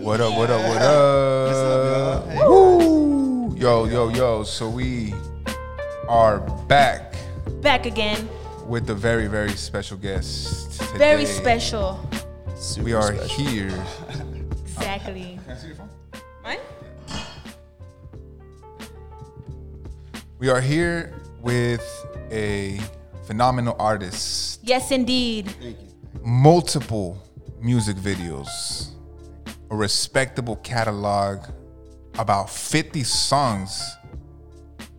What up, what up, what up? What's up, y'all? Woo! Yo, yo, yo. So we are back Back again. with a very, very special guest. Today. Very special. Super We are special. here. Exactly. Can I see your phone? Mine? We are here with a phenomenal artist, Yes, indeed. multiple music videos, a respectable catalog, about 50 songs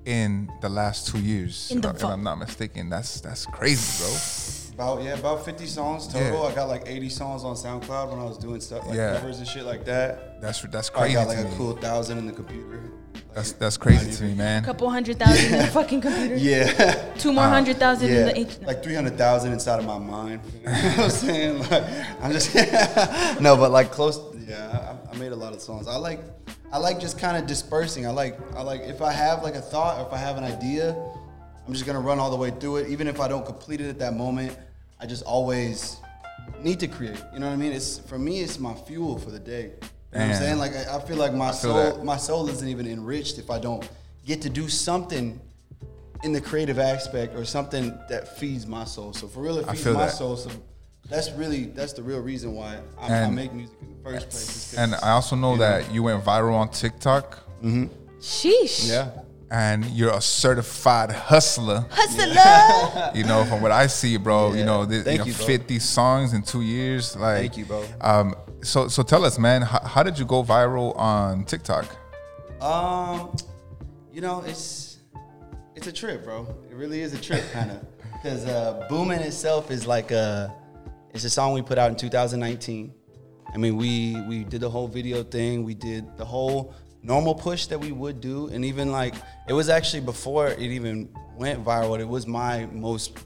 in the last two years. In the if vault. I'm not mistaken, that's that's crazy, bro. About yeah, about 50 songs total. Yeah. I got like 80 songs on SoundCloud when I was doing stuff like Yeah. covers and shit like that. That's that's Oh, I crazy got like to a me. cool thousand in the computer. That's that's crazy to me, man. Couple hundred thousand in the fucking computer. Yeah. Uh, Two more hundred thousand in Yeah, the each. like 300,000 inside of my mind. You know what I'm saying? Like, I'm just, no, but like close, yeah, I, I made a lot of songs. I like, I like just kind of dispersing. I like, I like, if I have like a thought or if I have an idea, I'm just gonna run all the way through it. Even if I don't complete it at that moment, I just always need to create. You know what I mean? It's, for me, it's my fuel for the day. You know what I'm Damn. saying? Like, I, I feel like my feel soul, that. my soul isn't even enriched if I don't get to do something in the creative aspect or something that feeds my soul. So for real, it I feeds feel my that. soul. So that's really that's the real reason why I, I And- make music in the first place. is 'cause- And I also know that you went viral on TikTok, Sheesh. yeah, and you're a certified hustler. Hustler. You know, from what I see, bro. You Yeah. know, this, you Thank know you, bro. 50 songs in two years. Like, Thank you, bro. Um, so so tell us, man, how, how did you go viral on TikTok? um, you know it's it's a trip, bro. It really is a trip, kind of, because uh, "Booming" itself is like a it's a song we put out in 2019. I mean, we we did the whole video thing. We did the whole normal push that we would do, and even like it was actually before it even went viral. It was my most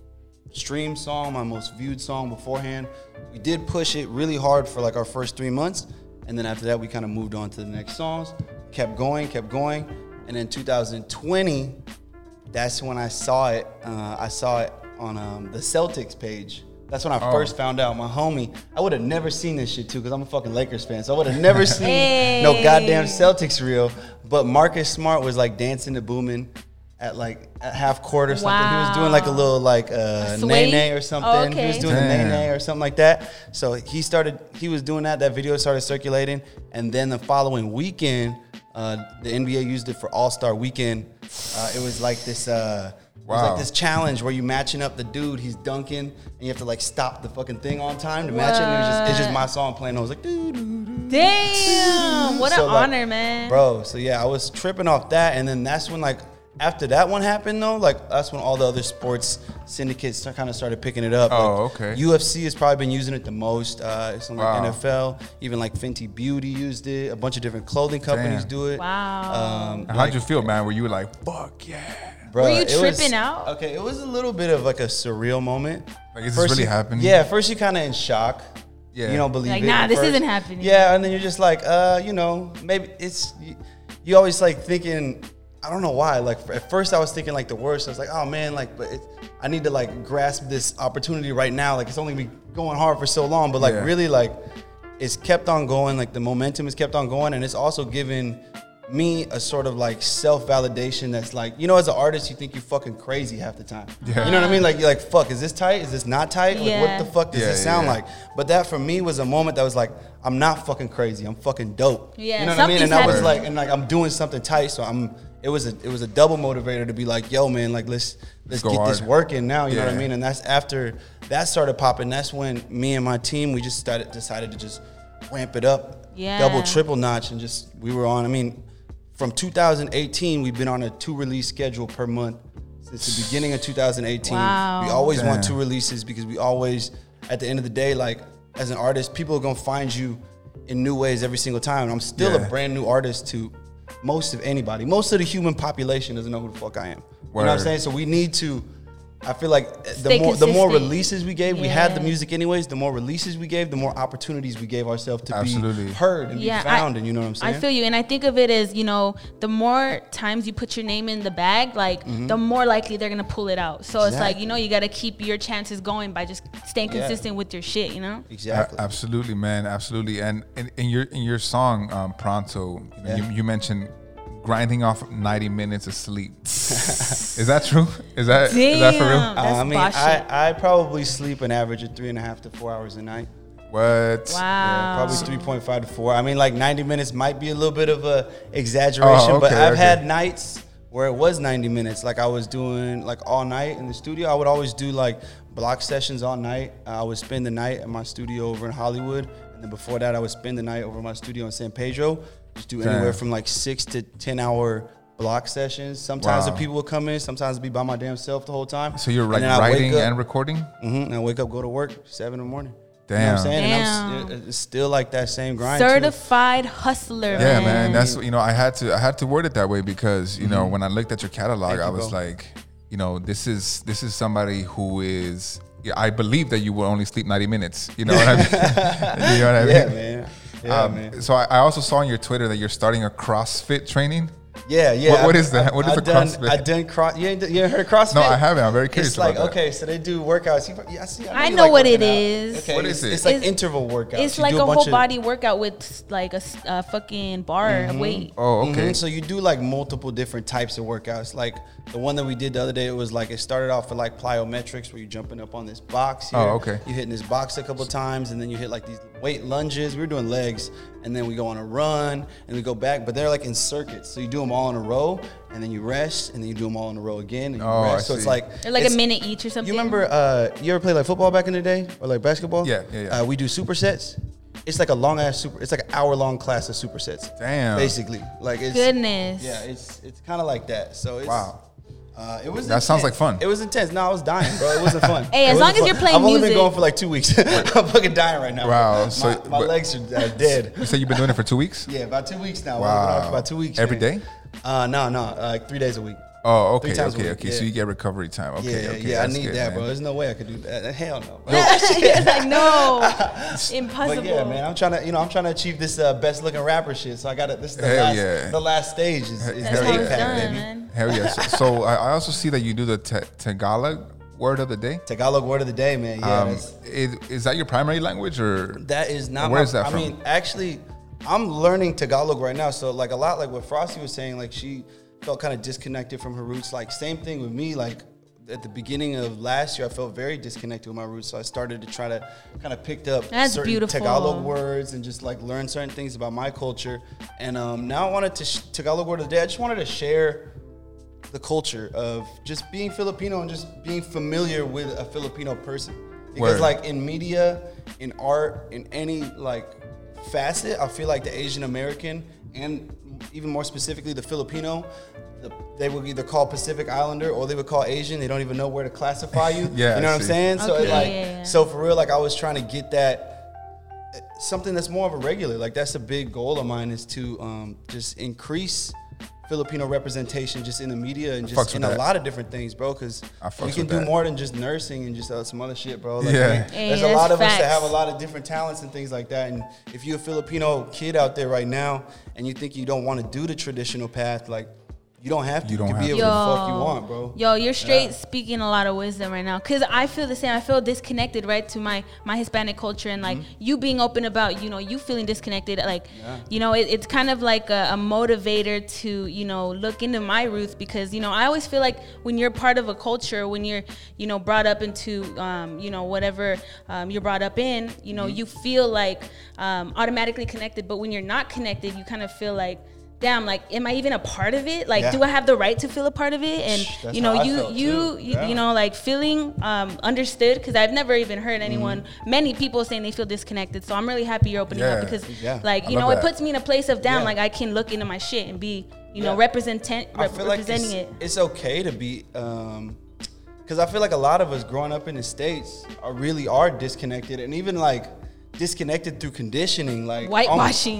streamed song, my most viewed song beforehand. We did push it really hard for like our first three months, and then after that, we kind of moved on to the next songs, kept going, kept going, and then 2020, that's when I saw it. Uh, I saw it on um, the Celtics page. That's Oh. when I first found out. My homie, I would have never seen this shit too, because I'm a fucking Lakers fan, so I would have never seen no Hey. goddamn Celtics reel. But Marcus Smart was like dancing to booming. At like at half court or something, he was doing like a Wow. little like uh, A Nay sway? Nay or something. Oh, He was okay. doing a Nay Damn. Nay or something like that. So he started, he was doing that. That video started circulating. And then the following weekend, uh, the NBA used it for All Star Weekend. Uh, it was like this. Uh, it was Wow. like this challenge where you matching up the dude, he's dunking, and you have to like stop the fucking thing on time to match it. And it was just, it's just my song playing. I was like, doo doo doo. Damn. What So, an like, honor, man. Bro, so yeah, I was tripping off that, and then that's when like after that one happened though, like that's when all the other sports syndicates kind of started picking it up. Oh, Like, okay. UFC has probably been using it the most. Uh, some like Wow. NFL, even like Fenty Beauty used it. A bunch of different clothing companies Damn. do it. Wow. Um, And how'd you feel, man? Were you like, fuck yeah? Bro, Were you it was- tripping out? Okay, it was a little bit of like a surreal moment. Like, is this First really you- happening? Yeah, first you're kind of in shock. Yeah. You don't believe Like, it. nah, at this first. isn't happening. Yeah, and then you're just like, uh, you know, maybe it's. You, you always like thinking. I don't know why. Like at first, I was thinking like the worst. I was like, oh man, like, but it, I need to like grasp this opportunity right now. Like it's only been going hard for so long, but like Yeah. really, like it's kept on going. Like the momentum has kept on going, and it's also given me a sort of like self validation that's like, you know, as an artist, you think you fucking crazy half the time. Yeah. You know what I mean? Like you're like, fuck, is this tight? Is this not tight? Like Yeah. what the fuck does Yeah, this sound yeah. like? But that for me was a moment that was like, I'm not fucking crazy. I'm fucking dope. Yeah, you know what I mean. And I something's was happening. like, and like I'm doing something tight. So I'm. It was a it was a double motivator to be like, yo, man, like let's let's Go get this hard. working now. You know what I Yeah. mean? And that's after that started popping. That's when me and my team we just started decided to just ramp it up, Yeah. double triple notch, and just we were on. I mean, from 2018 we've been on a two release schedule per month since the beginning of 2018. Wow. We always want Damn. two releases because we always, at the end of the day, like as an artist, people are gonna find you in new ways every single time. And I'm still Yeah. a brand new artist to most of anybody. Most of the human population doesn't know who the fuck I am. You know what I'm Word. saying? So we need to I feel like the Stay more the more consistent. releases we gave, we had the Yeah. music anyways. The more releases we gave, the more opportunities we gave ourselves to Absolutely. be heard and yeah, be found. and you know what I'm saying? I feel you, and I think of it as you know, the more times you put your name in the bag, like the more likely they're gonna pull it out. So it's like Mm-hmm. Exactly. you know, you gotta keep your chances going by just staying Yeah. consistent with your shit. You know, exactly. A- absolutely, man. Absolutely. And in, in your in your song, um, Pronto, you, know, Yeah. you, you mentioned grinding off 90 minutes of sleep. is that true? Is that is that for Damn. real? That's I mean, boss shit. I, I probably sleep an average of three and a half to four hours a night. What? wow, Probably 3.5 to 4. I mean, like 90 minutes might be a little bit of a exaggeration, Oh, but okay, I've okay. had nights where it was 90 minutes. Like I was doing like all night in the studio. I would always do like block sessions all night. Uh, I would spend the night at my studio over in Hollywood. And then before that, I would spend the night over at my studio in San Pedro. Just do anywhere Damn. from like six to 10 hour block sessions. Sometimes Wow. the people would come in, sometimes I'd be by my damn self the whole time. So you're And like then I'd wake writing up- and recording? hmm And I wake up, go to work, seven in the morning. You know what Damn. I'm saying? And I'm Damn. st- it's still like that same grind. too. certified hustler. Yeah, man. man. That's you know, I had to I had to word it that way because you know when I looked at your catalog, Thank I Mm-hmm. you, was bro. like, you know, this is this is somebody who is. yeah, I believe that you will only sleep ninety minutes. You know what I mean? you know what I mean? Yeah, man. Yeah, Um, man. So I, I also saw on your Twitter that you're starting a CrossFit training. Yeah, yeah. what- what I- is that? What is I a done, CrossFit? I done cross. You, ain't, done- you ain't heard of CrossFit? No, I haven't. I'm very curious It's like about that. okay, so they do workouts. You, yeah, I see. I you know like what it working out. is. Okay, What it's- is it? It's like It's- interval workouts. It's You like do a, bunch whole of- body workout with like a s- a fucking bar Mm-hmm. weight. Oh, okay. Mhm. So you do like multiple different types of workouts. Like the one that we did the other day, it was like it started off with like plyometrics, where you're jumping up on this box. Here. Oh, okay. You hitting this box a couple times, and then you hit like these weight lunges. We were doing legs, and then we go on a run, and we go back. But they're like in circuits, so you do them all in a row, and then you rest, and then you do them all in a row again, and you Oh, I rest. so it's see. like They're like a it's- minute each or something. You remember? Uh, you ever play like football back in the day, or like basketball? Yeah, yeah, yeah. Uh, we do supersets. It's like a long ass super. It's like an hour long class of supersets. Damn. Basically, like it's Goodness. yeah, it's it's kind of like that. So it's, Wow. Uh, it was That sounds intense. like fun. It was intense. No, I was dying, bro. It wasn't fun. It Hey, as wasn't long as fun. you're playing I've only music. been going for like two weeks. I'm fucking dying right now. Wow, My, so- my but- legs are uh, dead. You said you've been doing it for two weeks. Yeah, about two weeks now. Wow. Wow. about two weeks. Every Every day. day? Uh, no, no, uh, like three days a week. Oh, Three okay, times a okay, week, okay. yeah. So you get recovery time. Okay, yeah, okay. yeah, I that's need good, that, man. bro. There's no way I could do that. Hell no. Bro. it's like no, impossible. But yeah, man, I'm trying to, you know, I'm trying to achieve this uh, best looking rapper shit. So I got to, this is the, Hell last, yeah. the last stage is, is That's the how Hell it's impact, yeah. done, baby. man. Hell yeah. So, so I, I also see that you do the ta- Tagalog word of the day. Tagalog word of the day, man. Yeah, um, that's- is, is that your primary language or That is not. Where my, is that I from? mean, actually, I'm learning Tagalog right now. So like a lot, like what Frosty was saying, like she felt kind of disconnected from her roots. Like same thing with me. Like at the beginning of last year, I felt very disconnected with my roots. So I started to try to kind of picked up That's certain beautiful. Tagalog words and just like learn certain things about my culture. And um, now I wanted to sh- Tagalog word of the day. I just wanted to share the culture of just being Filipino and just being familiar with a Filipino person. Because Word. like in media, in art, in any like facet, I feel like the Asian American and even more specifically the Filipino, the, they would either call Pacific Islander or they would call Asian. They don't even know where to classify you. Yeah, you know I what I'm see. saying? So it Okay. like Yeah, yeah, yeah. so for real, like I was trying to get that something that's more of a regular. Like that's a big goal of mine is to um, just increase Filipino representation just in the media and fucks with just in a that. lot of different things, bro. Because I fucks we can with do that. more than just nursing and just uh, some other shit, bro. Like, Yeah. like, Hey, there's that's a lot of us that facts. have a lot of different talents and things like that. And if you're a Filipino kid out there right now and you think you don't want to do the traditional path, like you don't have to. You don't can have be to. able the fuck you want, bro. Yo, you're straight speaking a lot of wisdom right now. Cause I feel the same. I feel disconnected, right, to my my Hispanic culture and like you being open about, you know, you feeling disconnected. Like, you know, it, it's kind of like a, a motivator to, you know, look into my roots because, you know, I always feel like when you're part of a culture, when you're, you know, brought up into, um, you know, whatever um, you're brought up in, you know, you feel like um, automatically connected. But when you're not connected, you kind of feel like. Damn, like, am I even a part of it? Like, Yeah. do I have the right to feel a part of it? And That's you know, how I you felt, you too. you, Yeah. you know, like feeling um, understood because I've never even heard Mm. anyone, many people saying they feel disconnected. So I'm really happy you're opening Yeah. up because, Yeah. like, I you love know, that. it puts me in a place of damn, Yeah. like I can look into my shit and be, you know, Yeah. represent rep- I feel like it's, representing it. it's okay to be, um, because I feel like a lot of us growing up in the states are really are disconnected, and even like disconnected through conditioning, like Whitewashing.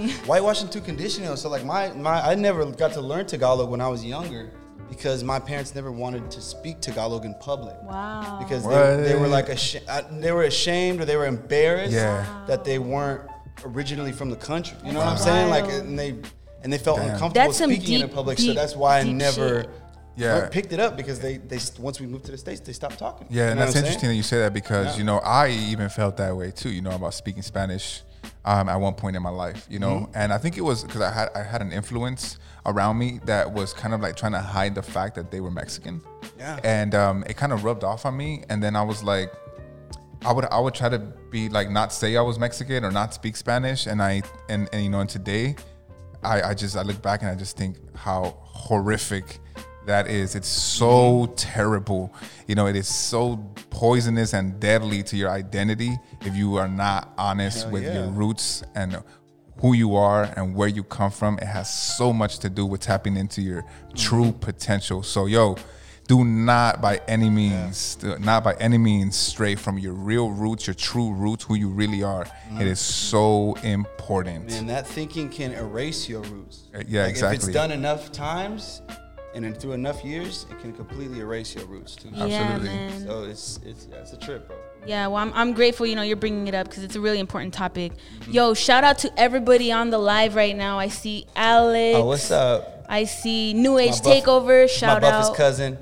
almost- whitewashing through conditioning. So like my my, I never got to learn Tagalog when I was younger. because my parents never wanted to speak Tagalog in public. Wow. Because they, they were What? like asha- uh, they were ashamed or they were embarrassed Yeah. that they weren't originally from the country. You know what I'm That's saying? Like wild. and they and they felt Damn. uncomfortable That's some speaking in deep, public. so deep, that's why I deep never shit. Yeah. picked it up because they they once we moved to the states they stopped talking. Yeah, and You know that's what I'm interesting that you say that because Yeah. you know I even felt that way too. You know about speaking Spanish um, at one point in my life. You Mm-hmm. know, and I think it was because I had I had an influence around me that was kind of like trying to hide the fact that they were Mexican. Yeah. and um, it kind of rubbed off on me, and then I was like. I would I would try to be like not say I was Mexican or not speak Spanish and I and, and you know and today I, I just I look back and I just think how horrific that is. It's so terrible. You know, it is so poisonous and deadly to your identity if you are not honest Hell with yeah. your roots and who you are and where you come from. It has so much to do with tapping into your true Mm-hmm. potential. So yo, do not by any means, do not by any means stray from your real roots, your true roots, who you really are. Mm-hmm. It is so important. And that thinking can erase your roots. Uh, yeah, like If it's exactly. done enough times and then through enough years, it can completely erase your roots too. Yeah, Absolutely. man. So it's it's yeah, it's a trip, bro. Yeah, well, I'm, I'm grateful, you know, you're bringing it up because it's a really important topic. Mm-hmm. Yo, shout out to everybody on the live right now. I see Alex. Oh, what's up? I see New Age buff- Takeover. my Shout Buffer's out. cousin.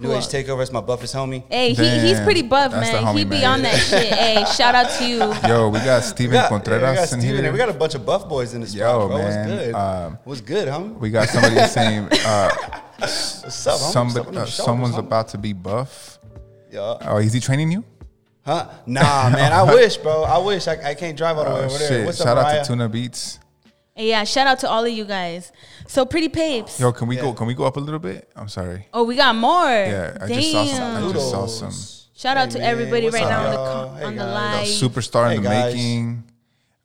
New Who Age else? Takeover. It's my Buffer's homie. Hey, he, he's Damn, pretty buff, that's the man. He homie, be man. on that shit. Hey, shout out to you. Yo, we got Steven Yeah, Contreras we got in Steven here. and We got a bunch of buff boys in this spot, Yo, bro. man, What's good? um, What's good, homie? We got somebody saying uh, What's up, homie? somebody, What's up on them uh, shoulders, someone's homie? about to be buff. Yeah. Oh, is he training you? Huh? Nah, man. I wish, bro. I wish. I, I can't drive all the way Oh, over there. shit. What's Shout up, out Mariah? to Tuna Beats. Hey, yeah, shout out to all of you guys. So, Pretty Papes. Yo, can we go? Can we go up a little bit? I'm sorry. Oh, we got more. Yeah, I just saw some- I Damn. just saw Toodles. some- Shout out Hey, to man. everybody What's right up, now on the, y'all? co- Hey, on the guys. live. Superstar Hey, in the guys. making.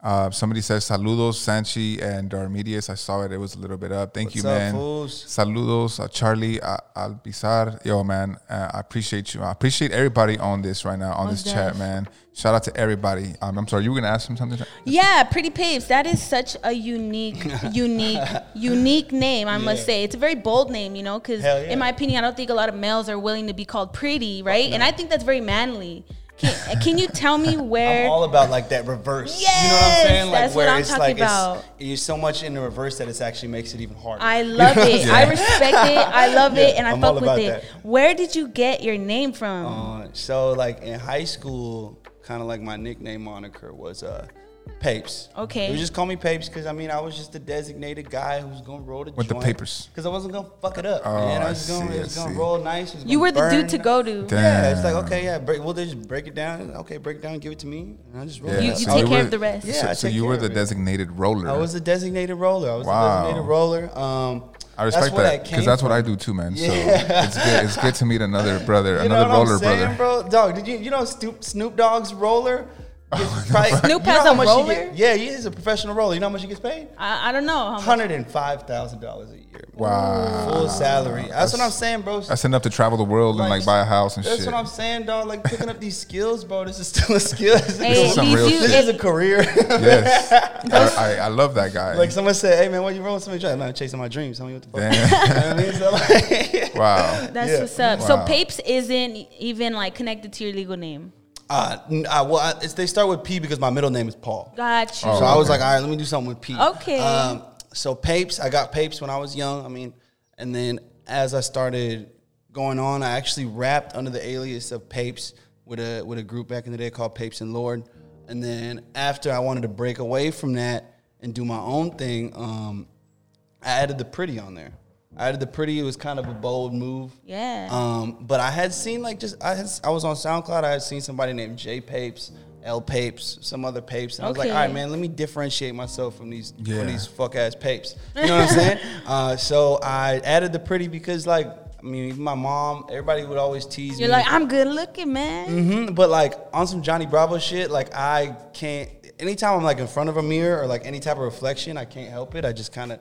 Uh, somebody says saludos, Sanchi and Armedias. I saw it. It was a little bit up. Thank you, What's up, man. fools? Saludos, uh, Charlie uh, Alpizar. Yo, man, uh, I appreciate you. I appreciate everybody on this right now, on Most this chat, def. man. Shout out to everybody. Um, I'm sorry, you were going to ask him something? Yeah, Pretty Paves. That is such a unique, unique, unique name. I must Yeah. say, it's a very bold name, you know, because Hell yeah. in my opinion, I don't think a lot of males are willing to be called pretty, right? And I think that's very manly. Can, uh, can you tell me I'm where? all about like that reverse. you know what I'm saying? Yes, Like that's what where I'm it's talking like about. it's you're so much in the reverse that it actually makes it even harder. I love it. I respect it. I love it, Yeah, and I I'm all fuck with about it. that. Where did you get your name from? Uh, so like in high school, kind of like my nickname moniker was uh Papes. Okay. They would just call me Papes because I mean I was just the designated guy who was gonna roll the With the papers. Because I wasn't gonna fuck it up. Oh, man. I I was gonna, see, it I was gonna see. roll nice. it was you gonna were the dude burn. to go to. Damn. Yeah, it's like okay, yeah, break, well they just break it down. Okay, break it down, give it to me, and I just roll. Yeah, it You- up. you I take was- care of the rest. Yeah, so, I so take you were care the of it. designated roller. I was a designated roller. I was Wow. a designated roller. Um, I respect that's where that came because that's what from. I do too, man. Yeah. So it's good. It's good to meet another brother, You know another what roller I'm saying, brother. bro? Dog, did you you know Snoop, Snoop Dogg's roller? Oh, Gets probably- Snoop you know has how a much he roller? get- yeah, he is a professional roller. You know how much he gets paid? I, I don't know. How much- Hundred and five thousand dollars a year. bro. Wow. Full salary. That's, what I'm saying, bro. That's enough to travel the world and like buy a house and that's shit. what I'm saying, dog. Like picking up these skills, bro. This is still a skill. This, Hey, is is, some these real you- shit. this is a career. yes, I, I, I love that guy. like someone said, "Hey man, what you rolling?" Somebody tried, "Man, I'm chasing my dreams." Tell me what the fuck. Damn. You know what I mean? So, like- wow. That's Yeah. what's up. So Wow. Papes isn't even like connected to your legal name. Uh, n- uh, well, I, it's, they start with P because my middle name is Paul. Got you. Oh, So I was okay. like, all right, let me do something with Pete. Okay. Um, so Papes, I got Papes when I was young. I mean, and then as I started going on, I actually rapped under the alias of Papes with a with a group back in the day called Papes and Lord. And then after I wanted to break away from that and do my own thing, um, I added the pretty on there. I added the pretty. It was kind of a bold move. Yeah. Um, but I had seen like just I had, I was on SoundCloud. I had seen somebody named Jay Papes, L Papes, some other Papes, and I was like, Okay. all right, man, let me differentiate myself from these Yeah. from these fuck ass Papes. You know what I'm saying? Uh, so I added the pretty because like I mean, even my mom, everybody would always tease You're me. like, I'm good looking, man. Mm-hmm. Mhm, but like on some Johnny Bravo shit, like I can't. Anytime I'm like in front of a mirror or like any type of reflection, I can't help it. I just kind of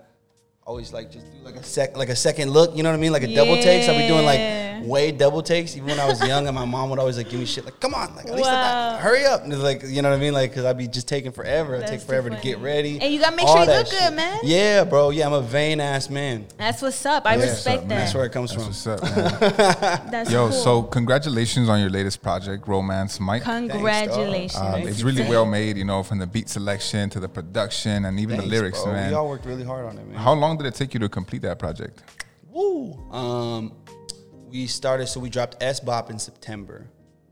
always like just do like a sec like a second look. You know what I mean? Like a double takes. I'll be doing Yeah. like way double takes. Even when I was young, and my mom would always like give me shit like, "Come on, like at least I got- Wow. hurry up!" And it's like you know what I mean? Like because I'd be just taking forever. I That's take too forever to funny. get ready. And you gotta make sure all you that look good, man. Yeah, bro. Yeah, I'm a vain ass man. That's what's up. I Yeah. respect that. That's where it comes That's from. what's up, man. That's Yo, cool. so congratulations on your latest project, Romance Mike. congratulations. Um, it's really well made, you know, from the beat selection to the production and even Thanks, the lyrics, bro. man. We all worked really hard on it, man. How long did it take you to complete that project? Woo. Um, we started, so we dropped S Bop in September,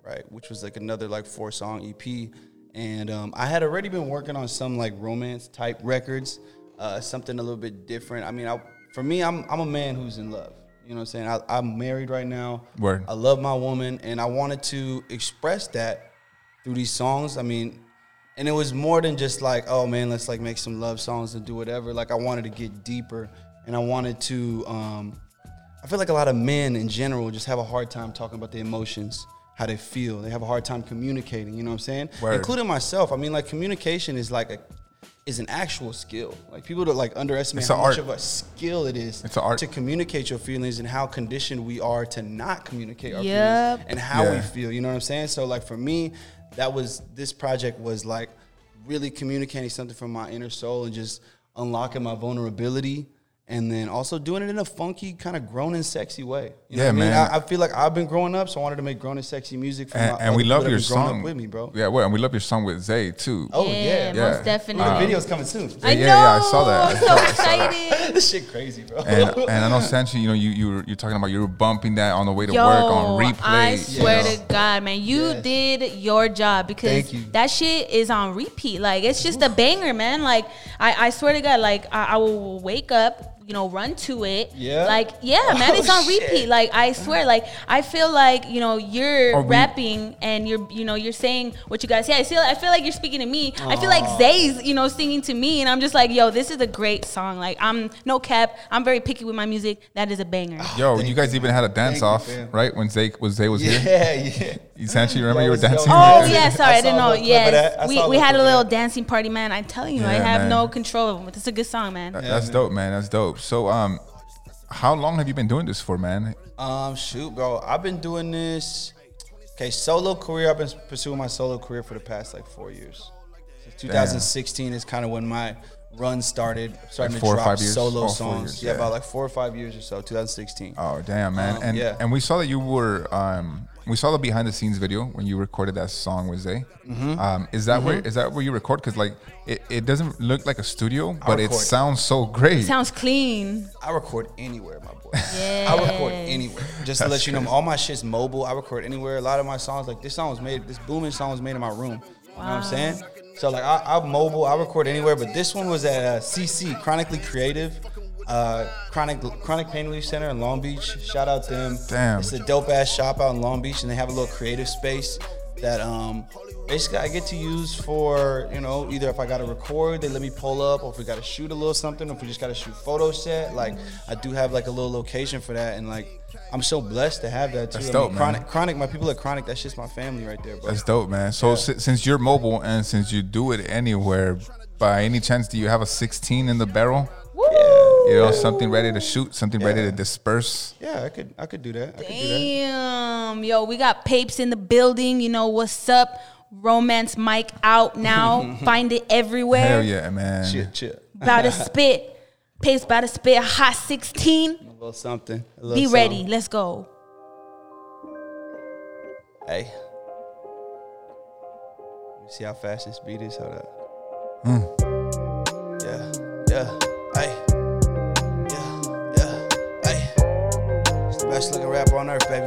right? Which was like another like four song EP. And um, I had already been working on some like romance type records, uh, something a little bit different. I mean, I, for me, I'm, I'm a man who's in love. You know what I'm saying? I, I'm married right now. Word. I love my woman, and I wanted to express that through these songs. I mean, and it was more than just like, oh man, let's like make some love songs and do whatever. Like I wanted to get deeper, and I wanted to. Um, I feel like a lot of men in general just have a hard time talking about their emotions, how they feel. They have a hard time communicating. You know what I'm saying? Word. Including myself. I mean, like communication is like a is an actual skill. Like people that like underestimate It's how a art. much of a skill it is It's a art. to communicate your feelings and how conditioned we are to not communicate our Yep. feelings and how we Yeah. feel. You know what I'm saying? So like for me, that was this project was like really communicating something from my inner soul and just unlocking my vulnerability. And then also doing it in a funky, kind of grown and sexy way. You know Yeah, what I mean? man. I, I feel like I've been growing up, so I wanted to make grown and sexy music for And, my and we other love people your that been growing song up with me, bro. Yeah, well, and we love your song with Zay too. Oh yeah, yeah, bro. yeah. most definitely. the video's coming soon. I know. Yeah, yeah, yeah, I saw that. I'm I saw so that, I saw that. excited. this shit crazy, bro. and, and I know Sanchi, you know, you you were, you're talking about you were bumping that on the way to Yo, work on replay. I you swear know. to God, man, you Yes. did your job because Thank you. that shit is on repeat. Like it's just a banger, man. Like I, I swear to God, like I, I will wake up, you know, run to it. Yeah? Like yeah, man, Oh, it's on shit. repeat. Like I swear, like I feel like you know you're Are we- rapping and you're you know you're saying what you guys say. I feel I feel like you're speaking to me. I feel like Zay's you know singing to me, and I'm just like, yo, this is a great song. Like I'm no cap. I'm very picky with my music. That is a banger. Yo, you guys even had a dance you, off, fam. right? When Zay was Zay was here, yeah, yeah. Sanchi, remember you were That was- dancing? that Oh was- with yeah, Zay? sorry, I I didn't saw know. a little clip of that. I Yes, we, saw a we little had a clip of little that. dancing party, man. I'm telling you, I Yeah, have no man. Uh, control over it. It's a good song, man. That's dope, man. That's dope. So, um, how long have you been doing this for, man? Um, shoot, bro. I've been doing this. Okay, solo career. I've been pursuing my solo career for the past like four years. Since 2016 is kind of when my run started. Starting four or to drop five years? solo Oh, four songs. years, yeah, yeah. about like four or five years or so. 2016. Oh damn, man! Um, and yeah. and we saw that you were um we saw the behind the scenes video when you recorded that song with Zay. Um, is that where is that where you record? Because like it, it doesn't look like a studio, but it record. sounds so great. Sounds clean. I record anywhere, my boy. Yeah. I record anywhere. Just to let you know, all my shit's mobile. I record anywhere. A lot of my songs, like this song was made, this booming song was made in my room. You know what I'm saying? So like I, I'm mobile. I record anywhere, but this one was at uh, CC Chronically Creative, uh, Chronic Chronic Pain Relief Center in Long Beach. Shout out them. Damn. It's a dope ass shop out in Long Beach, and they have a little creative space that um basically I get to use for you know either if I got to record, they let me pull up, or if we got to shoot a little something, or if we just got to shoot photo set. Like I do have like a little location for that, and like I'm so blessed to have that too. That's I dope, mean, man. Chronic, Chronic, my people at Chronic, that's just my family right there, bro. That's dope, man. So si- since you're mobile and since you do it anywhere, by any chance, do you have a 16 in the barrel? Woo! You know, something ready to shoot, something ready to Yeah. disperse. yeah, I could I could do that. I could do that. Damn, yo, we got papes in the building. You know what's up? Romance Mike out now. Find it everywhere. Hell yeah, man. Chill, chill. About to spit. Papes about to spit. Hot 16. A little something. A little Be something. ready. Let's go. Hey. You see how fast this beat is? Hold up. Mm. Yeah, yeah, hey. Yeah, yeah, hey. It's the best looking rapper on earth, baby.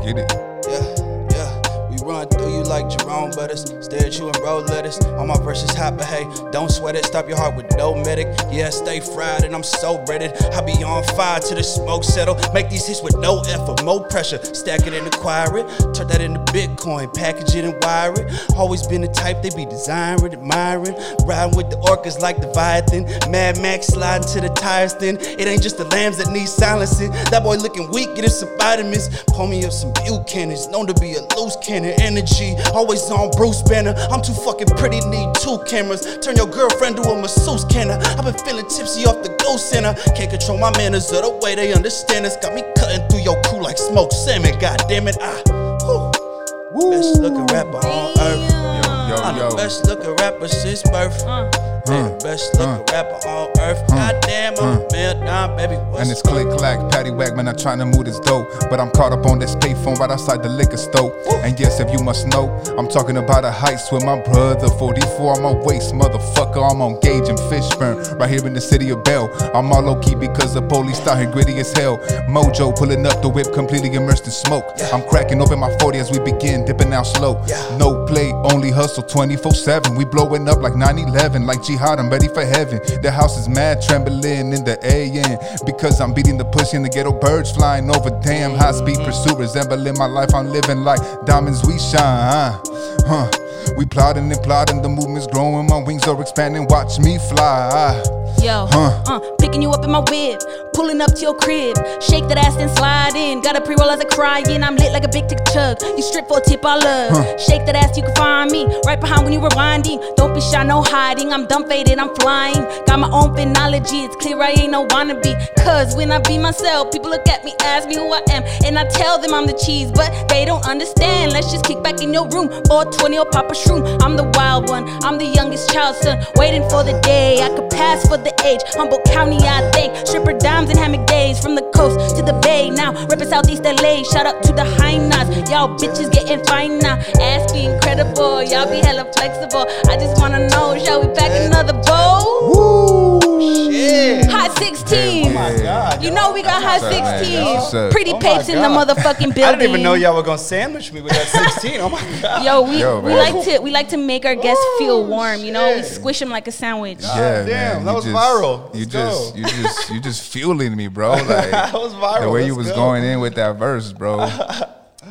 Get it. Yeah, yeah. We run through you like Jerome Butters. Stare at you and roll lettuce. On my verses hot, but hey, don't sweat it. Stop your heart with no medic. Yeah, stay fried and I'm so breaded. I be on fire till the smoke settle. Make these hits with no effort, more pressure. Stack it and acquire it. Turn that into Bitcoin. Package it and wire it. Always been the type they be desiring, admiring. Riding with the orcas like Leviathan. Mad Max sliding to the tires thin. It ain't just the lambs that need silencing. That boy looking weak, get him some vitamins. Pull me up some buchanans, known to be a loose cannon. Energy Always on Bruce Banner. I'm too fucking pretty, need two cameras. Turn your girlfriend to a masseuse canner. I've been feeling tipsy off the ghost center. Can't control my manners or the way they understand us. Got me cutting through your crew like smoked salmon. God damn it, I. Whew. Best looking rapper on earth. Yo, I'm yo, yo. the best looking rapper since birth. Uh, Hey, best looking rapper on earth. God damn, I'm a male dime, baby. What's And it's click clack, patty whack, man. I'm trying to move this dope. But I'm caught up on this payphone right outside the liquor store. And yes, if you must know, I'm talking about a heist with my brother. 44 on my waist, motherfucker. I'm on Gage and Fishburne, right here in the city of Bell. I'm all low key because the police out here gritty as hell. Mojo pulling up the whip, completely immersed in smoke. I'm cracking open my 40 as we begin, dipping out slow. No play, only hustle 24 7. We blowing up like 9 11, like jihad, I'm ready for heaven. The house is mad, trembling in the AM. Because I'm beating the pussy and the ghetto birds flying over. Damn, high speed pursuit resembling my life. I'm living like diamonds, we shine. Huh? Huh. We plotting and plotting, the movement's growing, my wings are expanding. Watch me fly. yo, Huh. uh, picking you up in my whip, pulling up to your crib, shake that ass and slide in. Got a pre-roll as I cry in. I'm lit like a big tick chug. You strip for a tip I love. Shake that ass, you can find me right behind when you rewinding. Don't be shy, no hiding. I'm dumb faded, I'm flying. Got my own phenology. It's clear I ain't no wannabe. Cause when I be myself, people look at me, ask me who I am, and I tell them I'm the cheese, but they don't understand. Let's just kick back in your room, 420 or pop a shroom. I'm the wild one, I'm the youngest child son, waiting for the day I could pass for the age. Humble County, I thank stripper dimes and hammock days from the coast to the bay. Now reppin' Southeast LA. Shout out to the high knots, y'all bitches getting fine now. Ass be incredible, y'all be hella flexible. I just wanna know, shall we pack another bowl? Shit. Hot 16. Yeah. You know we got hot What's up, man? What's 16. up? Pretty Oh my papes in the God. motherfucking building. I didn't even know y'all were gonna sandwich me with that 16. Oh my god. Yo, we, Yo, we man. like to we like to make our guests feel Oh, warm. You know, we shit. squish them like a sandwich. Yeah, Ah, damn, man. that you was viral. You Let's just, go. you just, you just fueling me, bro. Like that was viral. The way you Let's was go. going in with that verse, bro.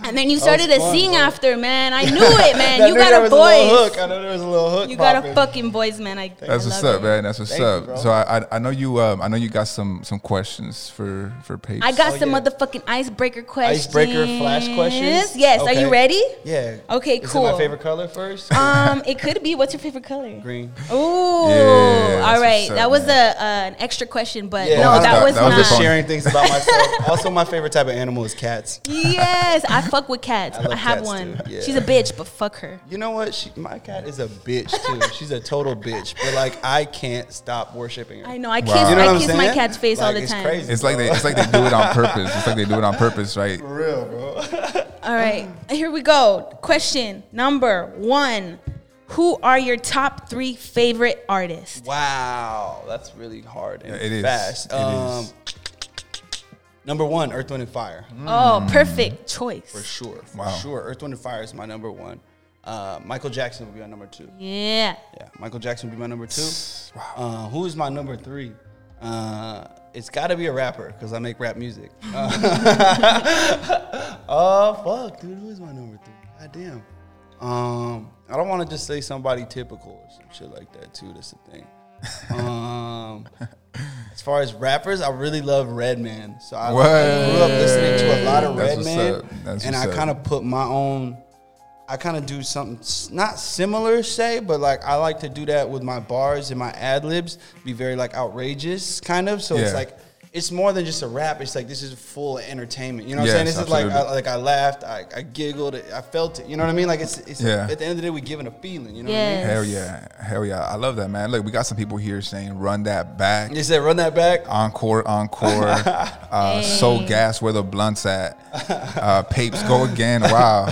And then you started to fun, sing bro. after, man. I knew it, man. I you knew there got a was a little hook. voice. I know there was a little hook. You got a popping. fucking voice, man. I That's I what's love up, it. man. That's what's Thank you, up. bro. so I, I, I know you, um, I know you got some, some questions for, for Paige. I got Oh, some yeah. motherfucking icebreaker questions. Icebreaker flash questions? Yes. Are Okay. you ready? Yeah. Okay, Is it cool. my favorite color first? Um, it could be. What's your favorite color? Green. Ooh. that's All what's right. up, that was a, man. uh, an extra question, but Yeah. no, That was that the- was that was not. the Just fun. sharing things about myself. also, my favorite type of animal is cats. Yes, I fuck with cats. I, love have cats, one. too. Yeah. She's a bitch, but fuck her. You know what? She, my cat is a bitch too. She's a total bitch. But like, I can't stop worshiping her. I know. I kiss. Wow. You know what I I'm kiss my saying? cat's face all Like, the it's time. crazy. It's like they, it's like they do it on purpose. It's like they do it on purpose, right? For real, bro. All right, here we go. Question number one: Who are your top three favorite artists? Wow, that's really hard and it is. fast. It um, is. Number one, Earth, Wind, and Fire. Oh, perfect Mm. For choice. sure. For Wow. sure. Earth, Wind, and Fire is my number one. Uh, Michael Jackson would be my number two. Yeah. Yeah, Michael Jackson would be my number two. Uh, who is my number three? Uh, it's got to be a rapper because I make rap music. Uh, oh fuck, dude, who is my number three? God damn. Um, I don't want to just say somebody typical or some shit like that too. That's the thing. Um, as far as rappers, I really love Redman. So I like, grew up listening to a lot of That's what's up. Redman, That's and what's I up. kind of put my own I kind of do something s- not similar, say, but like I like to do that with my bars and my ad libs, be very like outrageous, kind of. So it's Yeah. like it's more than just a rap. It's like this is full of entertainment. You know what I'm saying? Yes, This is like I, absolutely. like I laughed, I, I giggled, I felt it. You know what I mean? Like it's it's Yeah. at the end of the day we giving a feeling. You know what I mean? Yes. Hell yeah, hell yeah. I love that, man. Look, we got some people here saying, "Run that back." They said run that back. Encore, encore. uh, so gas where the blunts at. Uh, papes go again. Wow.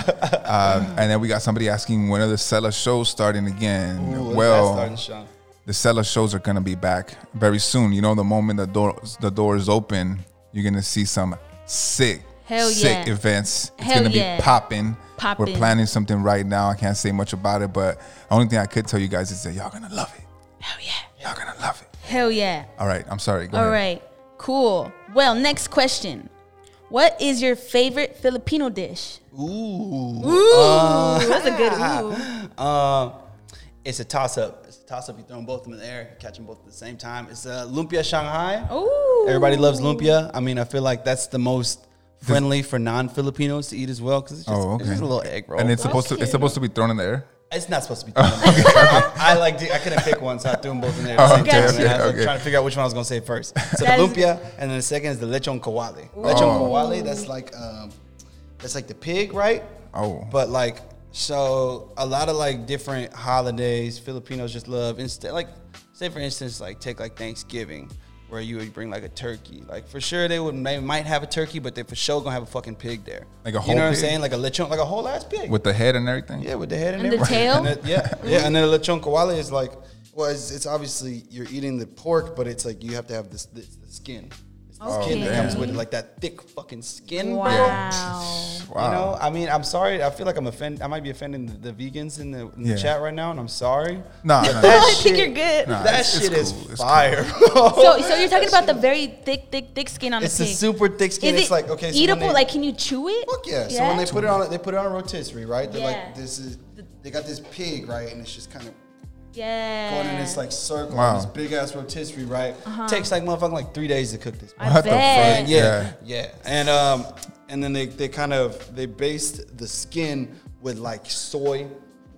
Um, and then we got somebody asking when are the cellar shows starting again. Ooh, that's starting well, to shine. the cellar shows are gonna be back very soon. You know, the moment the door the door is open, you're gonna see some sick, Hell sick yeah. events. It's Hell gonna yeah. be popping. Poppin'. We're planning something right now. I can't say much about it, but the only thing I could tell you guys is that y'all gonna love it. Hell yeah. Y'all gonna love it. Hell yeah. All right, I'm sorry. Go All ahead. right. Cool. Well, next question: What is your favorite Filipino dish? Ooh. Uh, Ooh, that's a good ooh. Um, it's a toss up. It's a toss up. You throw them both in the air, catch them both at the same time. It's uh, lumpia Shanghai. Ooh. Everybody loves lumpia. I mean, I feel like that's the most friendly for non-Filipinos to eat as well because it's, just- Oh, it's just okay. a little egg roll. and it's supposed to it's supposed to be thrown in the air. It's not supposed to be. I, I like. I couldn't pick one, so I threw them both in there. At the same Oh, Okay, time. okay, and I was like, okay. trying to figure out which one I was gonna say first. So the That is- lumpia, and then the second is the lechon kawale. Lechon Oh. kawale. That's like um, that's like the pig, right? Oh. But like, so a lot of like different holidays, Filipinos just love instead. Like, say for instance, like take like Thanksgiving. Where you would bring like a turkey, like for sure they would they might have a turkey, but they for sure gonna have a fucking pig there. Like a you whole know what I'm pig? saying? Like a lechon, like a whole ass pig with the head and everything. yeah, with the head and, And the everything. tail? And it- yeah, yeah, and then the lechon kawale It's like, well, it's, it's obviously you're eating the pork, but it's like you have to have this, this the skin. It's the skin that Okay. comes with it, like that thick fucking skin, bro. Wow. Wow. You know, I mean, I'm sorry. I feel like I'm offend. I might be offending the, the vegans in the, in Yeah. the chat right now, and I'm sorry. Nah, nah, I nah. think shit- you're good. Nah, that it's- it's shit is cool, it's fire, bro. So, so you're talking about the very thick, thick, thick skin on it's the a pig. super thick skin. Is it's it like okay, so when eatable? they- like, can you chew it? Fuck yeah. So when they put it on, they put it on a rotisserie, right? They're Yeah. like, this is, they got this pig, right? And it's just kind of yeah. Uh-huh. going in this like circle, Wow. this big ass rotisserie, right? takes like motherfucking like three days to cook this. I What the bet. fuck? Yeah, yeah. And um, and then they, they kind of they based the skin with like soy,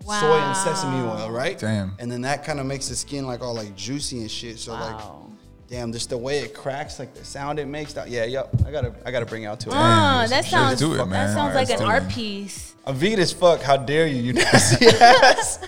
soy and sesame oil, right? Damn. And then that kind of makes the skin like all like juicy and shit. So Wow. like, damn, just the way it cracks, like the sound it makes. That, yeah, yep. I gotta I gotta bring out to it. Ah, Let's- that let's sounds. do it, That man. sounds Let's like an do it, art man. piece. I'm vegan as fuck. How dare you, you nasty ass?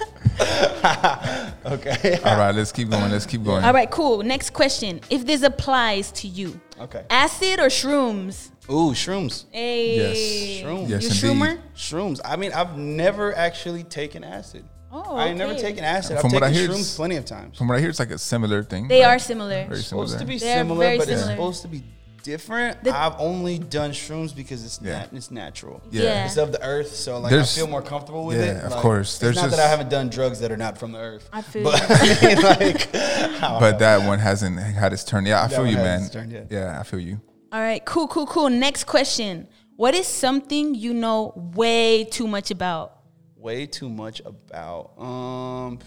okay. All right, let's keep going. Let's keep going. All right, cool. Next question. If this applies to you, Okay. acid or shrooms? Ooh, shrooms. Hey. Yes. Shrooms. Yes, you indeed. shroomer? Shrooms. I mean, I've never actually taken acid. Oh, I ain't never okay. taken acid. From I've what I taken hear, shrooms it's- plenty of times. From what I hear, it's like a similar thing. They right? are similar. very It's supposed similar. to be They're similar, very but it's similar. supposed to be different. The- I've only done shrooms because it's Yeah. nat- it's natural. Yeah. Yeah. It's of the earth, so like There's- I feel more comfortable with it. yeah, of Like, course. It's There's not just- that I haven't done drugs that are not from the earth. I feel But you. I mean, like, how- But that one hasn't had its turn. Yeah, I feel one you, hasn't man. its turn yet. Yeah, I feel you. All right, cool, cool, cool. Next question. What is something you know way too much about? way too much about. Um,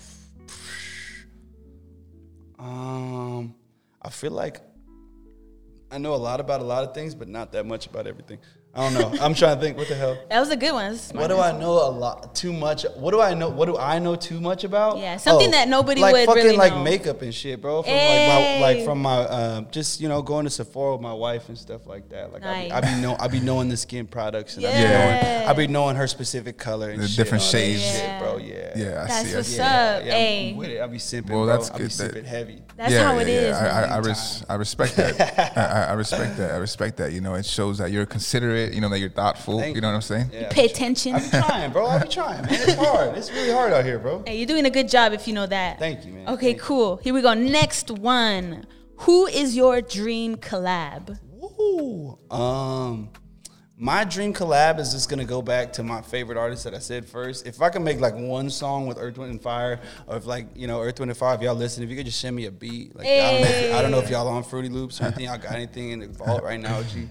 um, I feel like I know a lot about a lot of things, but not that much about everything. I don't know. I'm trying to think. What the hell? That was a good one. That's What do I know a lot too much? What do I know? What do I know too much about? Oh, Yeah, something that nobody like would fucking really like know. makeup and shit, bro. From like my, Hey. like from my uh, just you know going to Sephora with my wife and stuff like that. Like I, be, I be know I be knowing the skin products and I be Yeah. knowing I be knowing her specific color and The shit, different all that shades. shit, bro. Yeah, Yeah, I That's see. I what's see. up. yeah, hey, I'm with it. I be sipping, Well, bro. that's I be good that- sipping heavy. that's how it is. I, I, man. I, res- I respect that. I, I- I respect that. I respect that. You know, it shows that you're considerate. You know, that you're thoughtful. Thank you know what I'm saying? Yeah, I be Pay attention. trying, bro. I be trying, man. It's hard. It's really hard out here, bro. Hey, you're doing a good job if you know that. Thank you, man. Okay, Thank you. cool. Here we go. Next one. Who is your dream collab? Woo. Um, my dream collab is just gonna go back to my favorite artist that I said first. If I can make like one song with Earth, Wind, and Fire, or if like you know Earth, Wind, and Fire, if y'all listen, if you could just send me a beat, like I, don't know if, I don't know if y'all on Fruity Loops or anything. Y'all got anything in the vault right now? G.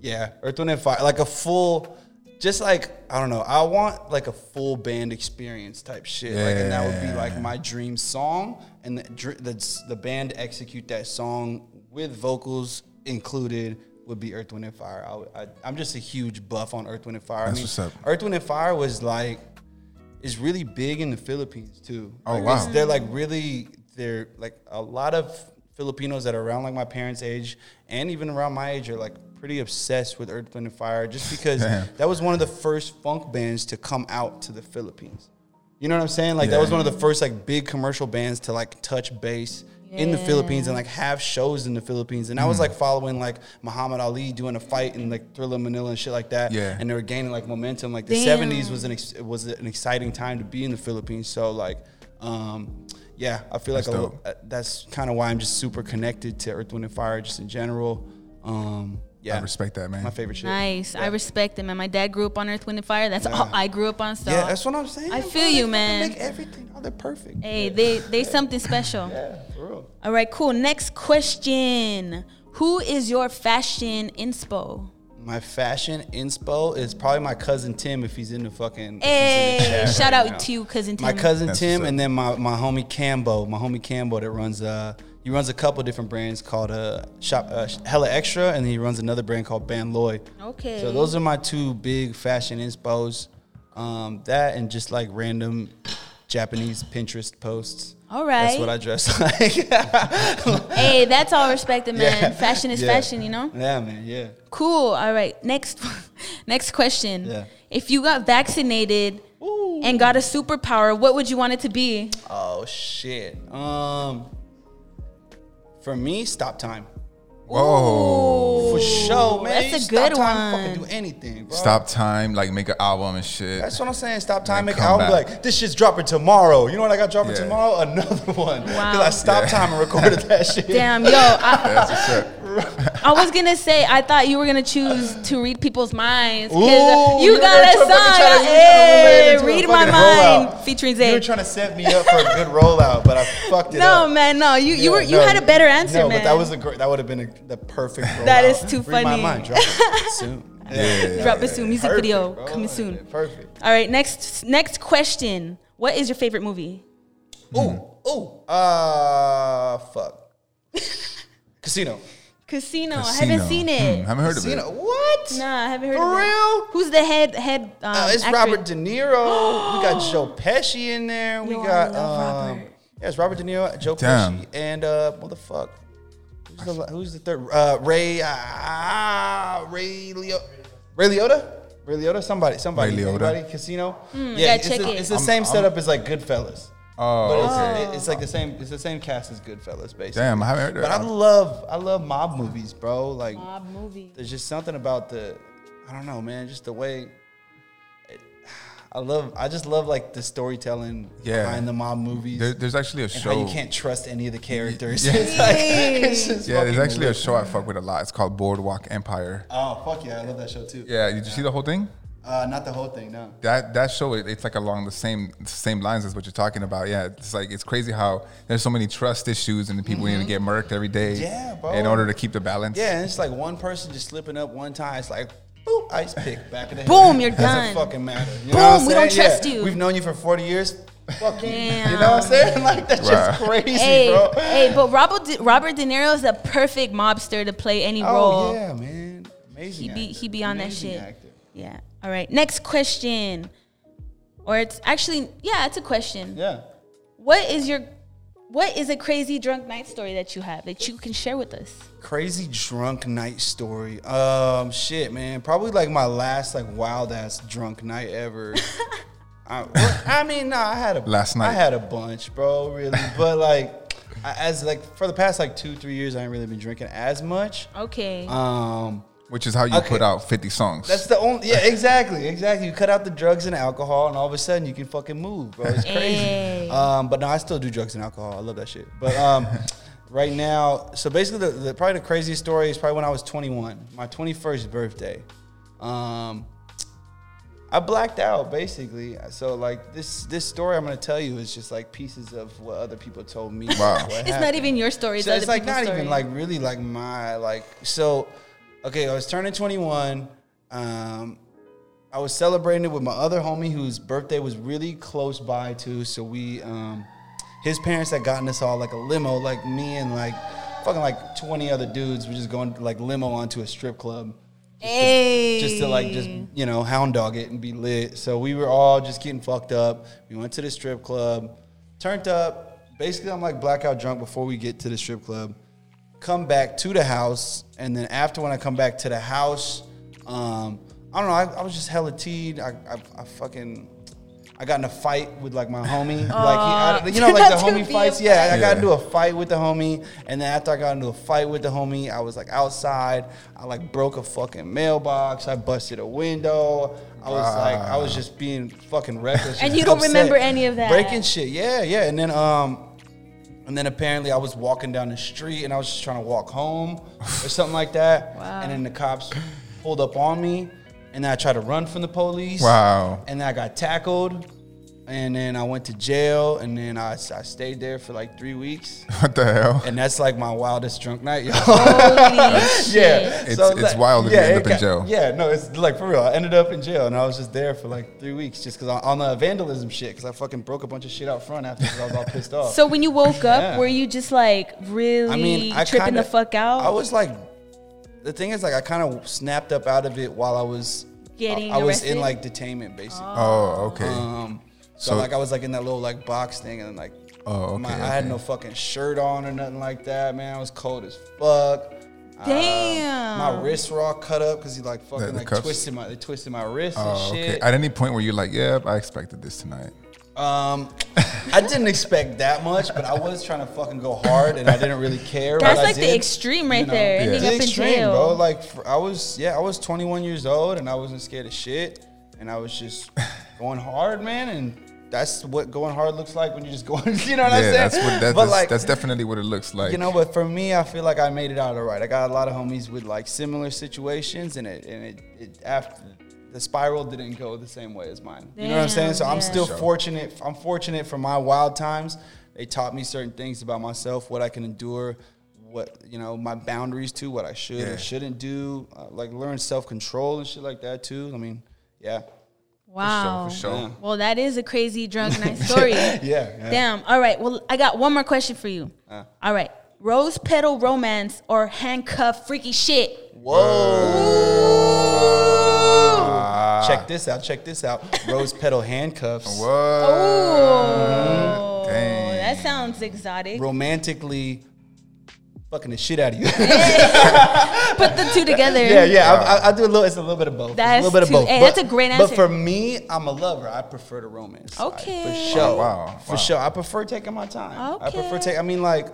Yeah, Earth, Wind, and Fire, like a full. Just like I don't know, I want like a full band experience type shit. Like, and that would be like Yeah. my dream song, and the, dr- the the band execute that song with vocals included would be Earth, Wind, and Fire. I, would- I, I'm just a huge buff on Earth, Wind, and Fire. That's I mean, what's up. Earth, Wind, and Fire was like is really big in the Philippines too. Oh, Like, wow. it's- They're like really they're like a lot of Filipinos that are around like my parents' age and even around my age are like pretty obsessed with Earth, Wind, and Fire just because Damn. that was one of the first funk bands to come out to the Philippines. You know what I'm saying? Like that was Yeah. one of the first like big commercial bands to like touch base in the Philippines and like have shows in the Philippines. And I Mm. was like following like Muhammad Ali doing a fight in like Thriller Manila and shit like that. Yeah. And they were gaining like momentum. Like the Damn. 70s was an ex- was an exciting time to be in the Philippines. So like, um, yeah, I feel like That's a, dope. uh, that's kind of why I'm just super connected to Earth, Wind, and Fire just in general. Um, yeah, I respect that, man. my favorite shit. Nice. I respect it, man. My dad grew up on Earth, Wind, and Fire. That's all I grew up on. So, Yeah, that's what I'm saying. I bro. feel They you, fucking man. Make everything. Oh, they're perfect. hey, they they something special. Yeah, for real. All right, cool. Next question. Who is your fashion inspo? My fashion inspo is probably my cousin Tim if he's in the fucking. if he's in the Hey, chat shout right out now. to you, cousin Tim. My cousin That's Tim what's up. and then my, my homie Cambo, my homie Cambo that runs uh He runs a couple different brands called uh, Shop uh, Hella Extra, and he runs another brand called Ban Lloyd. Okay. So those are my two big fashion inspos. Um, that and just like random Japanese Pinterest posts. All That's right. what I dress like. hey, that's all respected, man. Yeah. Fashion is Yeah. fashion, you know. yeah, man. Yeah. Cool. All right. Next, next question. Yeah. If you got vaccinated and got a superpower, what would you want it to be? Oh shit. Um, for me, stop time. Whoa. For sure, man. that's a You good stop time, one. Fucking do anything, bro. Stop time, like make an album and shit. That's what I'm saying. Stop time. Then Make come I'll be back. like, this shit's dropping tomorrow. You know what I got dropping Yeah. tomorrow? Another one. Because Wow. I stopped Yeah. time and recorded that shit. Damn, yo, I, That's what's up. I was gonna say I thought you were gonna choose to read people's minds. 'cause, uh, Ooh, you were got a trying to fucking try to- song, you were trying to relay it hey, into a read my fucking rollout. mind, featuring You were Zay. trying to set me up for a good rollout, but I fucked it No, up. man, no, you you Yeah, were you no, had a better answer, no, man. but that was a great. That would have been a, the perfect. Rollout. That is too Read funny. My mind. Drop it soon. Yeah. Drop it soon. Music Perfect, video bro. coming soon. Perfect. All right, next next question. What is your favorite movie? Ooh, Mm-hmm. ooh, uh, fuck. Casino. Casino. I Casino. haven't seen Hmm, it. haven't heard of Casino. it. What? Nah, I haven't heard For of it. real? Who's the head head? Um, Uh, it's actor? Robert De Niro. we got Joe Pesci in there. We Yo, I got love um, Robert. yeah, it's Robert De Niro, Joe Damn. Pesci, and uh, what the fuck? Who's the, who's the third? Uh, Ray, ah, Ray Leo, Ray Liotta. Ray Liotta, somebody, somebody, Ray Liotta. Anybody? Casino. Hmm, gotta it's, check the, it. it's the I'm- same I'm- setup as like Goodfellas, but Oh, it's, okay. it- it's like the same. It's the same cast as Goodfellas, basically. Damn, I haven't heard of But I it. love, I love mob movies, bro. Like Mob movie. there's just something about the I don't know, man, just the way it- I love I just love like the storytelling Yeah. behind the mob movies. There, there's actually a and show. how you can't trust any of the characters. Yeah. it's like, it's just yeah, there's fucking actually a lit. show I fuck with a lot. It's called Boardwalk Empire. Oh fuck yeah, I love that show too. Yeah, did you see the whole thing? Uh, not the whole thing, no. That that show it, it's like along the same same lines as what you're talking about. Yeah, it's like it's crazy how there's so many trust issues and the people need to get murked every day. Mm-hmm. Yeah, bro. In order to keep the balance. Yeah, and it's like one person just slipping up one time. It's like, boom, ice pick, back of the head. Boom, you're Doesn't done. fucking matter. Boom, You know what I'm we don't saying? trust you. We've known you for 40 years. Fuck you. You Damn. know what I'm saying? Like, that's just Wow. crazy, Hey, bro. hey, but Robert De, Robert De Niro is a perfect mobster to play any Oh role. yeah, man, amazing. He be actor. he be on that Amazing shit. actor. Yeah. All right. Next question. Or it's actually yeah, it's a question. Yeah. What is your what is a crazy drunk night story that you have that you can share with us? Crazy drunk night story. Um, shit, man. Probably like my last like wild ass drunk night ever. I, well, I mean, nah, I had a Last night. I had a bunch, bro. Really, but like, I, as like for the past like two three years, I ain't really been drinking as much. Okay. Um, Which is how you Okay. put out 50 songs. That's the only. Yeah, exactly, exactly. You cut out the drugs and alcohol, and all of a sudden you can fucking move, bro. It's crazy. Hey. Um, but no, I still do drugs and alcohol. I love that shit. But um, right now, so basically, the, the probably the craziest story is probably when I was 21, my 21st birthday. Um, I blacked out basically. So like this this story I'm gonna tell you is just like pieces of what other people told me. Wow. what it's not happened. even your story. So it's other like people's not story. even like really like my like so okay, I was turning 21. Um I was celebrating it with my other homie whose birthday was really close by too. So we um his parents had gotten us all like a limo, like me and like fucking like 20 other dudes were just going like limo onto a strip club hey. just to like just you know hound dog it and be lit. So we were all just getting fucked up. We went to the strip club, turned up. Basically, I'm like blackout drunk before we get to the strip club. Come back to the house, and then after when I come back to the house, um, I don't know. I, I was just hella teed. I, I, I fucking. I got in a fight with like my homie, like he, I, you know, like the Not to homie be a fights. Yeah, I got Yeah. into a fight with the homie, and then after I got into a fight with the homie, I was like outside. I like broke a fucking mailbox. I busted a window. I was like, I was just being fucking reckless. And just you don't upset. remember any of that? breaking shit. Yeah, yeah. And then um, and then apparently I was walking down the street and I was just trying to walk home or something like that. Wow. And then the cops pulled up on me, and then I tried to run from the police. Wow. And then I got tackled. and then I went to jail, and then I, I stayed there for like three weeks, What the hell? and that's like my wildest drunk night, yo. Holy Oh, shit. yeah, It's- it's wild if you end it up in got- jail. Yeah, no, it's like for real. I ended up in jail, and I was just there for like three weeks, just cause I, on the vandalism shit, cause I fucking broke a bunch of shit out front after 'cause I was all pissed off. So when you woke up, Yeah. were you just like really I mean, I tripping kinda- the fuck out? I was like, the thing is, like, I kind of snapped up out of it while I was Getting I, I was arrested? in like detainment, basically. Oh, okay. Um, so, So- like I was like in that little like box thing and like Oh, my, okay, I had okay. no fucking shirt on or nothing like that, man. I was cold as fuck. Um, Damn. my wrists were all cut up because he like fucking the like cuffs? twisted my they twisted my wrists oh, and okay. shit. At any point where you're like, yep, I expected this tonight. um, I didn't expect that much, but I was trying to fucking go hard and I didn't really care. but That's I like the did, extreme right there, Yeah. ending The up in extreme, jail. bro. Like for, I was, yeah, I was 21 years old and I wasn't scared of shit, and I was just going hard, man. And that's what going hard looks like when you're just going. You know what I'm yeah, saying? that's what that's, but that's, like, that's definitely what it looks like. you know. But for me, I feel like I made it out all right. I got a lot of homies with like similar situations, and it and it, it after. The spiral didn't go the same way as mine. You know what I'm saying? So Damn, I'm yeah. still Sure. fortunate. I'm fortunate for my wild times. They taught me certain things about myself, what I can endure, what you know, my boundaries to what I should Yeah. and shouldn't do. Uh, like learn self control and shit like that too. I mean, yeah, wow. for sure. Yeah. Well, that is a crazy drunk night story. yeah. Uh. Damn. All right. Well, I got one more question for you. All right. Rose petal romance or handcuff freaky shit? Ah, check this out. Check this out. Rose petal handcuffs. Uh, Whoa. Oh, Dang. that sounds exotic. Romantically, fucking the shit out of you. Put the two together. Yeah, yeah. I, I, I do a little. It's a little bit of both. It's That's a little bit too- of both. hey, that's a great answer. But for me, I'm a lover. I prefer the romance. side, Okay. for sure. Oh, wow, For wow. sure. I prefer taking my time. I prefer Okay. take. I mean, like,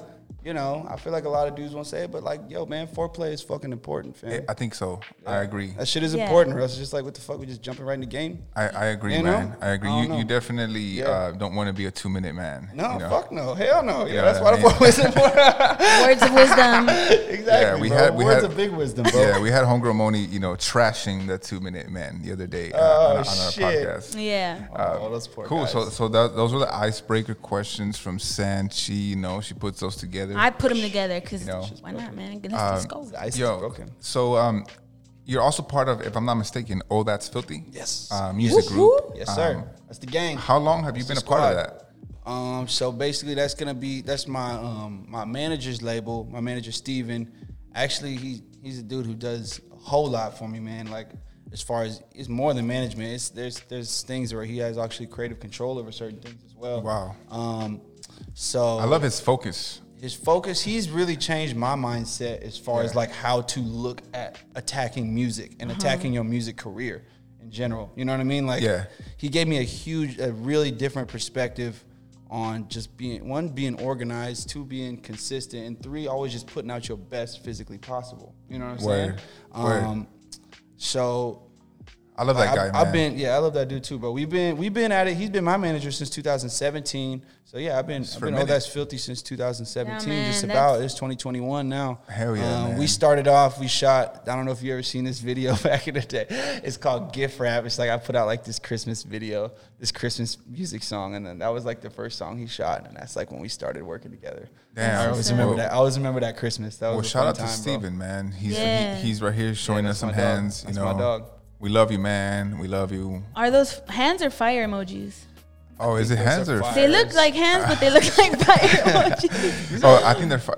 you know, I feel like a lot of dudes won't say it, but like, yo, man, foreplay is fucking important, fam. I think so. I agree. that shit is Yeah. important. Or else it's just like, what the fuck? We just jumping right in the game. I, I agree, You know? man. I agree. I you, don't you know. definitely Yeah. uh, don't want to be a two minute man. No, you know? fuck no, hell no. Yeah, Yeah, that's why I the fuck was important. Words of wisdom. exactly. Yeah, we bro. had we Words had of big wisdom, bro. Yeah, we had homegirl Moni, you know, trashing the two minute man the other day uh, Oh, on, our- on our shit. podcast. Yeah. oh, those poor Cool. guys. So, so that, those were the icebreaker questions from Sanchi. You know, she puts those together. I put them together because You know. why not, man? Let's just go. The ice is Yo, broken. so um, you're also part of, if I'm not mistaken, Oh That's Filthy. Yes. Uh, music Woo-hoo. group. Yes, sir. Um, that's the game. how long have you been a That's the part of squad. that? Um, so basically, that's gonna be that's my um my manager's label. My manager Steven. Actually, he he's a dude who does a whole lot for me, man. Like as far as it's more than management. It's there's there's things where he has actually creative control over certain things as well. Wow. Um, so I love his focus. his focus he's really changed my mindset as far as like how to look at attacking music and Uh-huh. attacking your music career in general you know what i mean like Yeah. he gave me a huge a really different perspective on just being one being organized two being consistent and three always just putting out your best physically possible you know what i'm Word. saying Um, Word. so I love that guy, I've, man. I've been yeah, I love that dude too, bro. We've been we've been at it. He's been my manager since 2017. So yeah, I've been I've for a been oh minute. that's filthy since 2017. Yeah, man, just that's- about it's 2021 now. Um, Hell yeah, man. We started off. We shot. I don't know if you ever seen this video back in the day. It's called Gift Wrap. It's like I put out like this Christmas video, this Christmas music song, and then that was like the first song he shot, and that's like when we started working together. Damn. I always Awesome. remember Well- that. I always remember that Christmas. That was Well, a shout fun out to time, bro. Steven, man. He's Yeah. he, he's right here showing Yeah, us that's some my dog. hands. That's you my know, dog. we love you, man. We love you. Are those hands or fire emojis? Oh, is it those hands are or? fire. They look like hands, but they look like fire emojis. Oh, I think they're. Fi-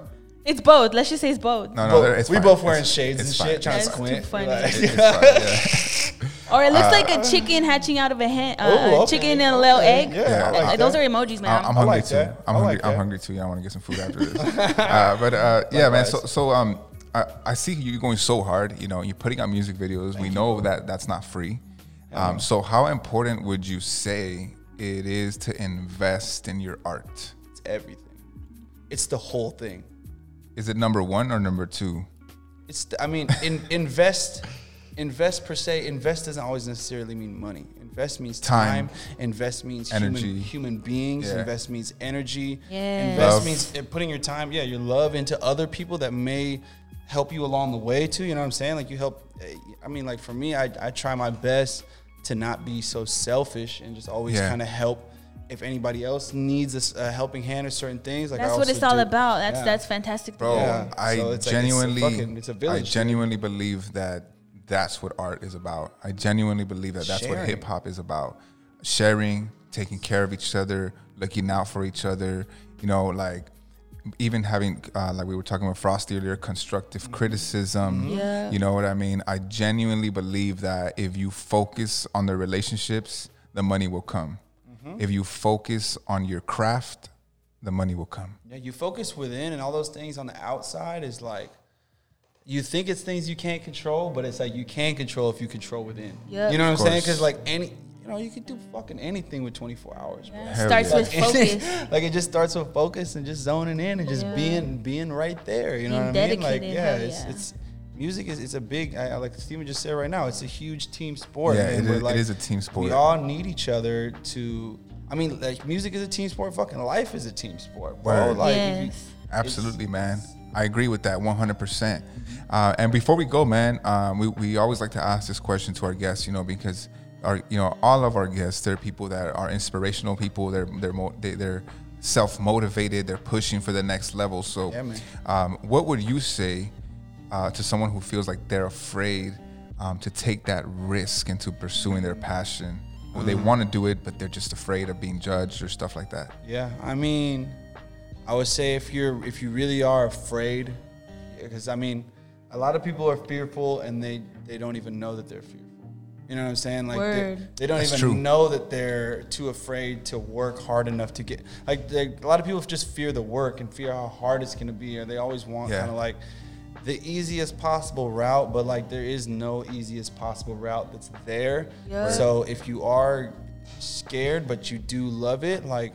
It's both. Let's just say it's both. no, no, Both- they're, it's we fine. both wearing It's- shades and it's fine. shit, trying That's to too squint. funny. Like- It's fine, Or it looks Uh, like a chicken hatching out of a hen, uh, Ooh, a chicken Oh, okay, and a little egg. Yeah, I like those that. are emojis, yeah. man. I'm hungry like too. that. I'm I hungry. like I'm that. hungry too. Yeah, I want to get some food after this. uh, but uh, yeah, man. So so um, I, I see you going so hard. You know, you're putting out music videos. we know that that's not free. Um, so how important would you say it is to invest in your art? It's everything. It's the whole thing. Is it number one or number two? It's the, I mean, in, invest, invest per se. Invest doesn't always necessarily mean money. Invest means Time. time. Invest means Energy. human human beings. Yeah. Invest means energy. Yeah. Invest Love. means uh, putting your time, yeah, your love into other people that may help you along the way too. You know what I'm saying? Like you help. uh, I mean, like for me, I I try my best to not be so selfish and just always Yeah. kind of help if anybody else needs a s- a, helping hand or certain things, like I That's what also it's all do. about. That's Yeah. that's fantastic. bro. Yeah. I So it's like, it's a genuinely, fucking- it's a village, I dude. genuinely believe that that's what art is about. I genuinely believe that that's what Sharing. hip hop is about: sharing, taking care of each other, looking out for each other. You know, like even having, uh, like we were talking about Frost earlier, constructive criticism. Yeah. You know what I mean? I genuinely believe that if you focus on the relationships, the money will come. Mm-hmm. If you focus on your craft, the money will come. Yeah, you focus within, and all those things on the outside is like you think it's things you can't control, but it's like you can control if you control within. Yep. you know what I'm Of saying? course. Because like any, you know, you can do fucking anything with 24 hours. bro. Yeah. Hell Starts yeah. with focus. like it just starts with focus and just zoning in and just Yeah. being being right there. You know Being what I mean? Like dedicated, yeah, hell it's yeah. it's music is it's a big I, I- like Steven just said right now. It's a huge team sport. Yeah, man. it We're, is- it like, is a team sport. We all need each other to. I mean, like music is a team sport. Fucking life is a team sport, bro. Word. Like if you- Yes. Absolutely, man. I agree with that 100%. Mm-hmm. Uh, and before we go, man, um, we, we always like to ask this question to our guests, you know, because our, you know, all of our guests, they're people that are inspirational people. They're, they're, mo- they, they're self-motivated. They're pushing for the next level. So Yeah, man. um, what would you say uh, to someone who feels like they're afraid um, to take that risk into pursuing their passion? Or Mm-hmm. they want to do it, but they're just afraid of being judged or stuff like that. Yeah, I mean, I would say if you're if you really are afraid, because I mean, a lot of people are fearful and they they don't even know that they're fearful. You know what I'm saying? Like they, Word. they don't That's even true. know that they're too afraid to work hard enough to get like they, a lot of people just fear the work and fear how hard it's gonna be, or they always want Yeah. kind of like the easiest possible route, but like there is no easiest possible route that's there. Yeah. So if you are scared but you do love it, like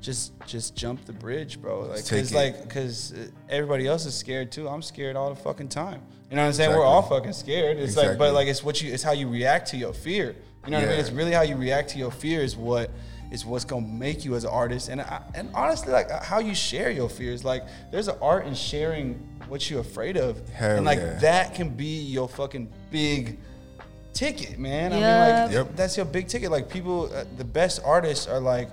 just just jump the bridge, bro. Like, take cause it. like, cause uh, everybody else is scared too. I'm scared all the fucking time. You know what I'm saying? We're Exactly. all fucking scared. It's like, Exactly. but like, it's what you, it's how you react to your fear. You know what I mean? Yeah. It's really how you react to your fear is what is what's gonna make you as an artist. And I, and honestly, like uh, how you share your fears. Like, there's an art in sharing what you're afraid of, Hell and like yeah. that can be your fucking big ticket, man. I mean, Yeah. like Yep. that's your big ticket. Like people, uh, the best artists are like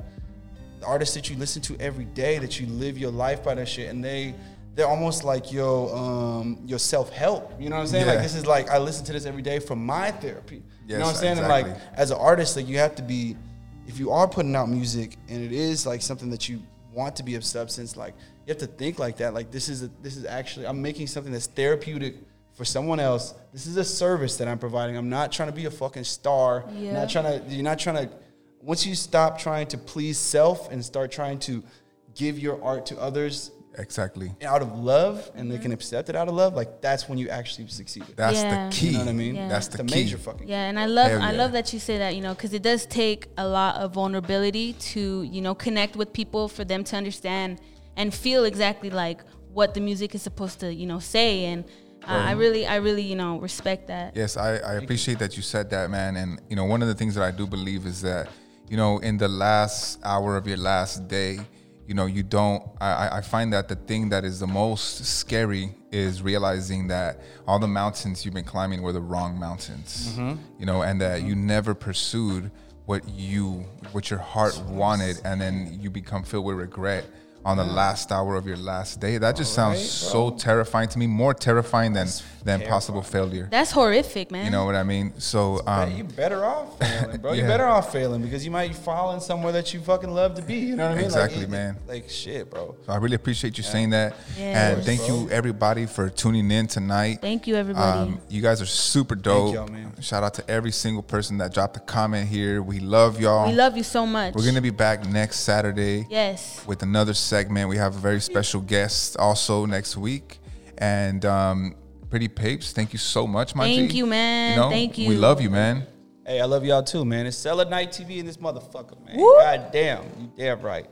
the artists that you listen to every day, that you live your life by that shit, and they they're almost like your um, your self help. You know what I'm saying? Like Yeah. this is like I listen to this every day for my therapy. you Yes, know what I'm saying? And like exactly. as an artist, like you have to be if you are putting out music and it is like something that you want to be of substance, like you have to think like that. Like this is a, this is actually I'm making something that's therapeutic for someone else. This is a service that I'm providing. I'm not trying to be a fucking star. I'm Yeah. not trying to you're not trying to once you stop trying to please self and start trying to give your art to others Exactly. out of love and they Mm-hmm. can accept it out of love, like that's when you actually succeed. That's Yeah. the key. You know what I mean? Yeah. That's It's the, a key. major fucking Yeah, and I love Hell I yeah. love that you say that, you know, because it does take a lot of vulnerability to, you know, connect with people for them to understand and feel exactly like what the music is supposed to, you know, say. And uh, I really, I really, you know, respect that. Yes, I, I appreciate that you said that, man. And you know, one of the things that I do believe is that, you know, in the last hour of your last day, you know, you don't. I, I- I find that the thing that is the most scary is realizing that all the mountains you've been climbing were the wrong mountains. You know, and that you never pursued what you what your heart wanted, and then you become filled with regret on the last hour of your last day. That just sounds so terrifying to me. More terrifying than than possible failure. That's horrific, man. You know what I mean? So Hey, you um, better off failing, bro. Yeah. You better off failing because you might fall in somewhere that you fucking love to be. You know what I mean? Exactly, like, it- man. Like shit, bro. I really appreciate you saying that, Yeah. and thank you everybody for tuning in tonight. Thank you, everybody. Um, you guys are super dope. y'all, man. Shout out to every single person that dropped a comment here. We love y'all. we love you so much. um, We're gonna be back next Saturday yes. with another segment. We have a very special guest also next week, and um, Pretty Papes. Thank you so much, my Thank G. you, man. Thank We you. love you, man. Hey, I love y'all too, man. It's Cellar Night TV in this motherfucker, man. God damn, you damn right.